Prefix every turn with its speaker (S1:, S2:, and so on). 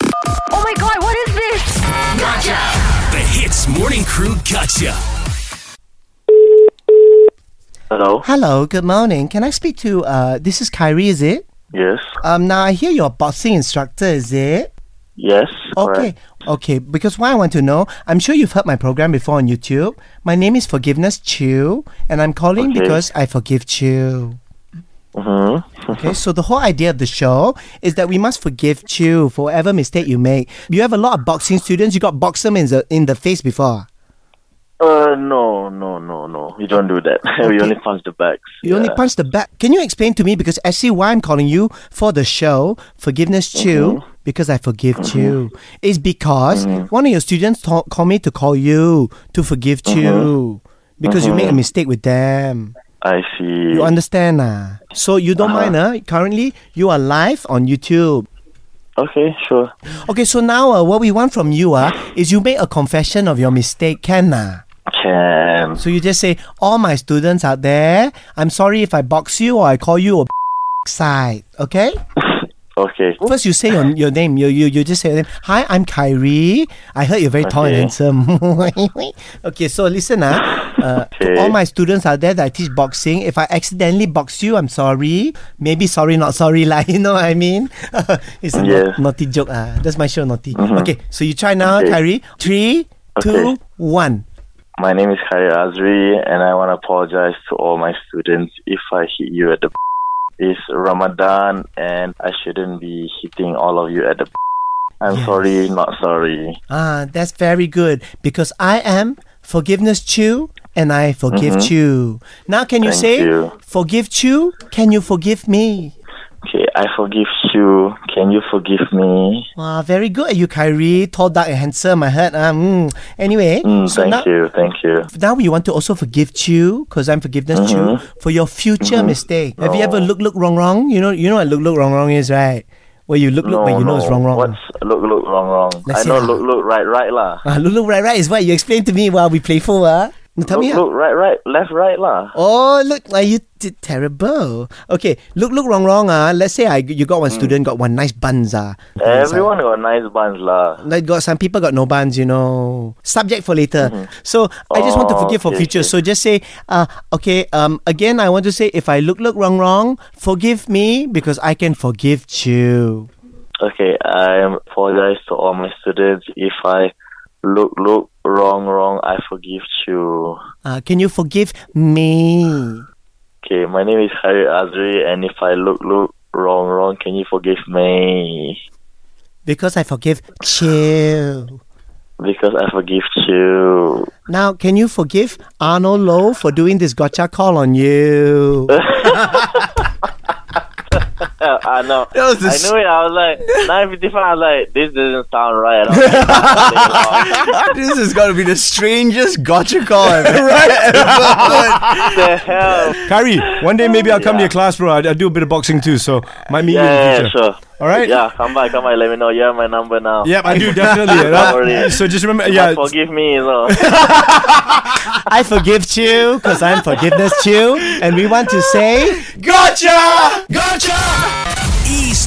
S1: Oh my god, what is this?
S2: The Hits Morning Crew Gotcha.
S3: Hello.
S4: Hello, good morning. Can I speak to, uh, this is Kyrie, is it?
S3: Yes.
S4: Um, now I hear you're a boxing instructor, is it?
S3: Yes.
S4: Okay,
S3: Correct.
S4: okay, because what I want to know, I'm sure you've heard my program before on YouTube. My name is Forgiveness Chew, and I'm calling
S3: Okay.
S4: because I forgive Chew. Mm-hmm. okay, so the whole idea of the show is that we must forgive Chew for whatever mistake you make. You have a lot of boxing students, you got boxed them in the, in the face before.
S3: Uh, no, no, no, no. We don't do that. we only punch the bags.
S4: You only
S3: Yeah.
S4: punch the back. Can you explain to me because I see why I'm calling you for the show Forgiveness Chew because I forgive you is because one of your students to- called me to call you to forgive you because you made a mistake with them.
S3: I see.
S4: You understand ah? So you don't mind ah? Currently you are live on YouTube.
S3: okay, sure.
S4: Okay, so now uh, what we want from you ah is you make a confession of your mistake, can ah?
S3: Can.
S4: So you just say, all my students out there, I'm sorry if I box you or I call you a side. Okay?
S3: Okay.
S4: First you say your, your name. You, you you just say your name. Hi, I'm Kyrie. I heard you're very tall and
S3: Okay.
S4: handsome. okay, so listen ah. Uh, to
S3: Okay.
S4: all my students out there that I teach boxing, if I accidentally box you, I'm sorry. Maybe sorry, not sorry, like you know what I mean? it's a
S3: Yeah.
S4: na- naughty joke. Ah. That's my show naughty. Okay, so you try now,
S3: Mm-hmm. Okay.
S4: Kyrie. Three,
S3: Okay.
S4: two, one.
S3: My name is Khair Azri, and I want to apologize to all my students if I hit you at the. It's Ramadan, and I shouldn't be hitting all of you at the. I'm
S4: Yes.
S3: sorry, not sorry.
S4: Ah, that's very good because I am forgiveness chew and I forgive you. Now, can you
S3: Mm-hmm. Thank
S4: say
S3: you.
S4: forgive you? Can you forgive me?
S3: Okay, I forgive you. Can you forgive me?
S4: Wow, very good. You, Kyrie, tall, dark, and handsome. I heard. Ah, mm. Anyway,
S3: Mm,
S4: so
S3: thank
S4: now,
S3: you, thank you.
S4: now we want to also forgive you because I'm forgiveness chew for your future mistake. Have you
S3: Mm-hmm.
S4: ever
S3: No.
S4: look, look, wrong, wrong? You know, you know what look, look, wrong, wrong is, right? Where you look, look, but you know it's wrong, wrong.
S3: What's look, look, wrong, wrong? I
S4: Let's see
S3: know
S4: lah.
S3: look, look, right, right lah.
S4: Ah, look, look, right, right is what you explained to me while we playful. Ah, Now
S3: look,
S4: tell me how.
S3: look, right, right, left, right lah.
S4: Oh, look, like you did terrible. Okay, look, look, wrong, wrong. Ah, let's say I, you got one student got one nice buns. Ah,
S3: Hmm. Everyone got nice buns lah.
S4: Like got some people got no buns, you know. Subject for later. So I just want
S3: Mm-hmm.
S4: to
S3: Oh,
S4: forgive for
S3: okay,
S4: future.
S3: okay.
S4: So just say, uh, okay. Um, again, I want to say, if I look, look, wrong, wrong, forgive me because I can forgive you.
S3: Okay, I apologize to all my students if I look, look, wrong, wrong. I forgive you.
S4: Uh, can you forgive me?
S3: Okay, my name is Harry Azri, and if I look, look, wrong, wrong, can you forgive me?
S4: Because I forgive you.
S3: Because I forgive you.
S4: Now, can you forgive Arnold Lowe for doing this gotcha call on you?
S3: Uh, I know.
S4: That was the
S3: I knew it. I was like nine fifty five. I was like, this doesn't sound right. I was like,
S5: this is going to be the strangest gotcha call I've ever heard.
S3: what the hell?
S5: Kyrie, one day maybe I'll come to your class, bro. I, I do a bit of boxing too, so might meet you in the
S3: Yeah, yeah,
S5: future.
S3: sure.
S5: All right?
S3: Yeah, come by, come by. Let me know. You have my number now.
S5: Yep, I do definitely.
S3: Don't worry.
S5: so just remember,
S3: But
S5: yeah.
S3: forgive me, you know.
S4: I forgive you because I'm forgiveness you, and we want to say.
S5: Gotcha! Gotcha!
S2: Ease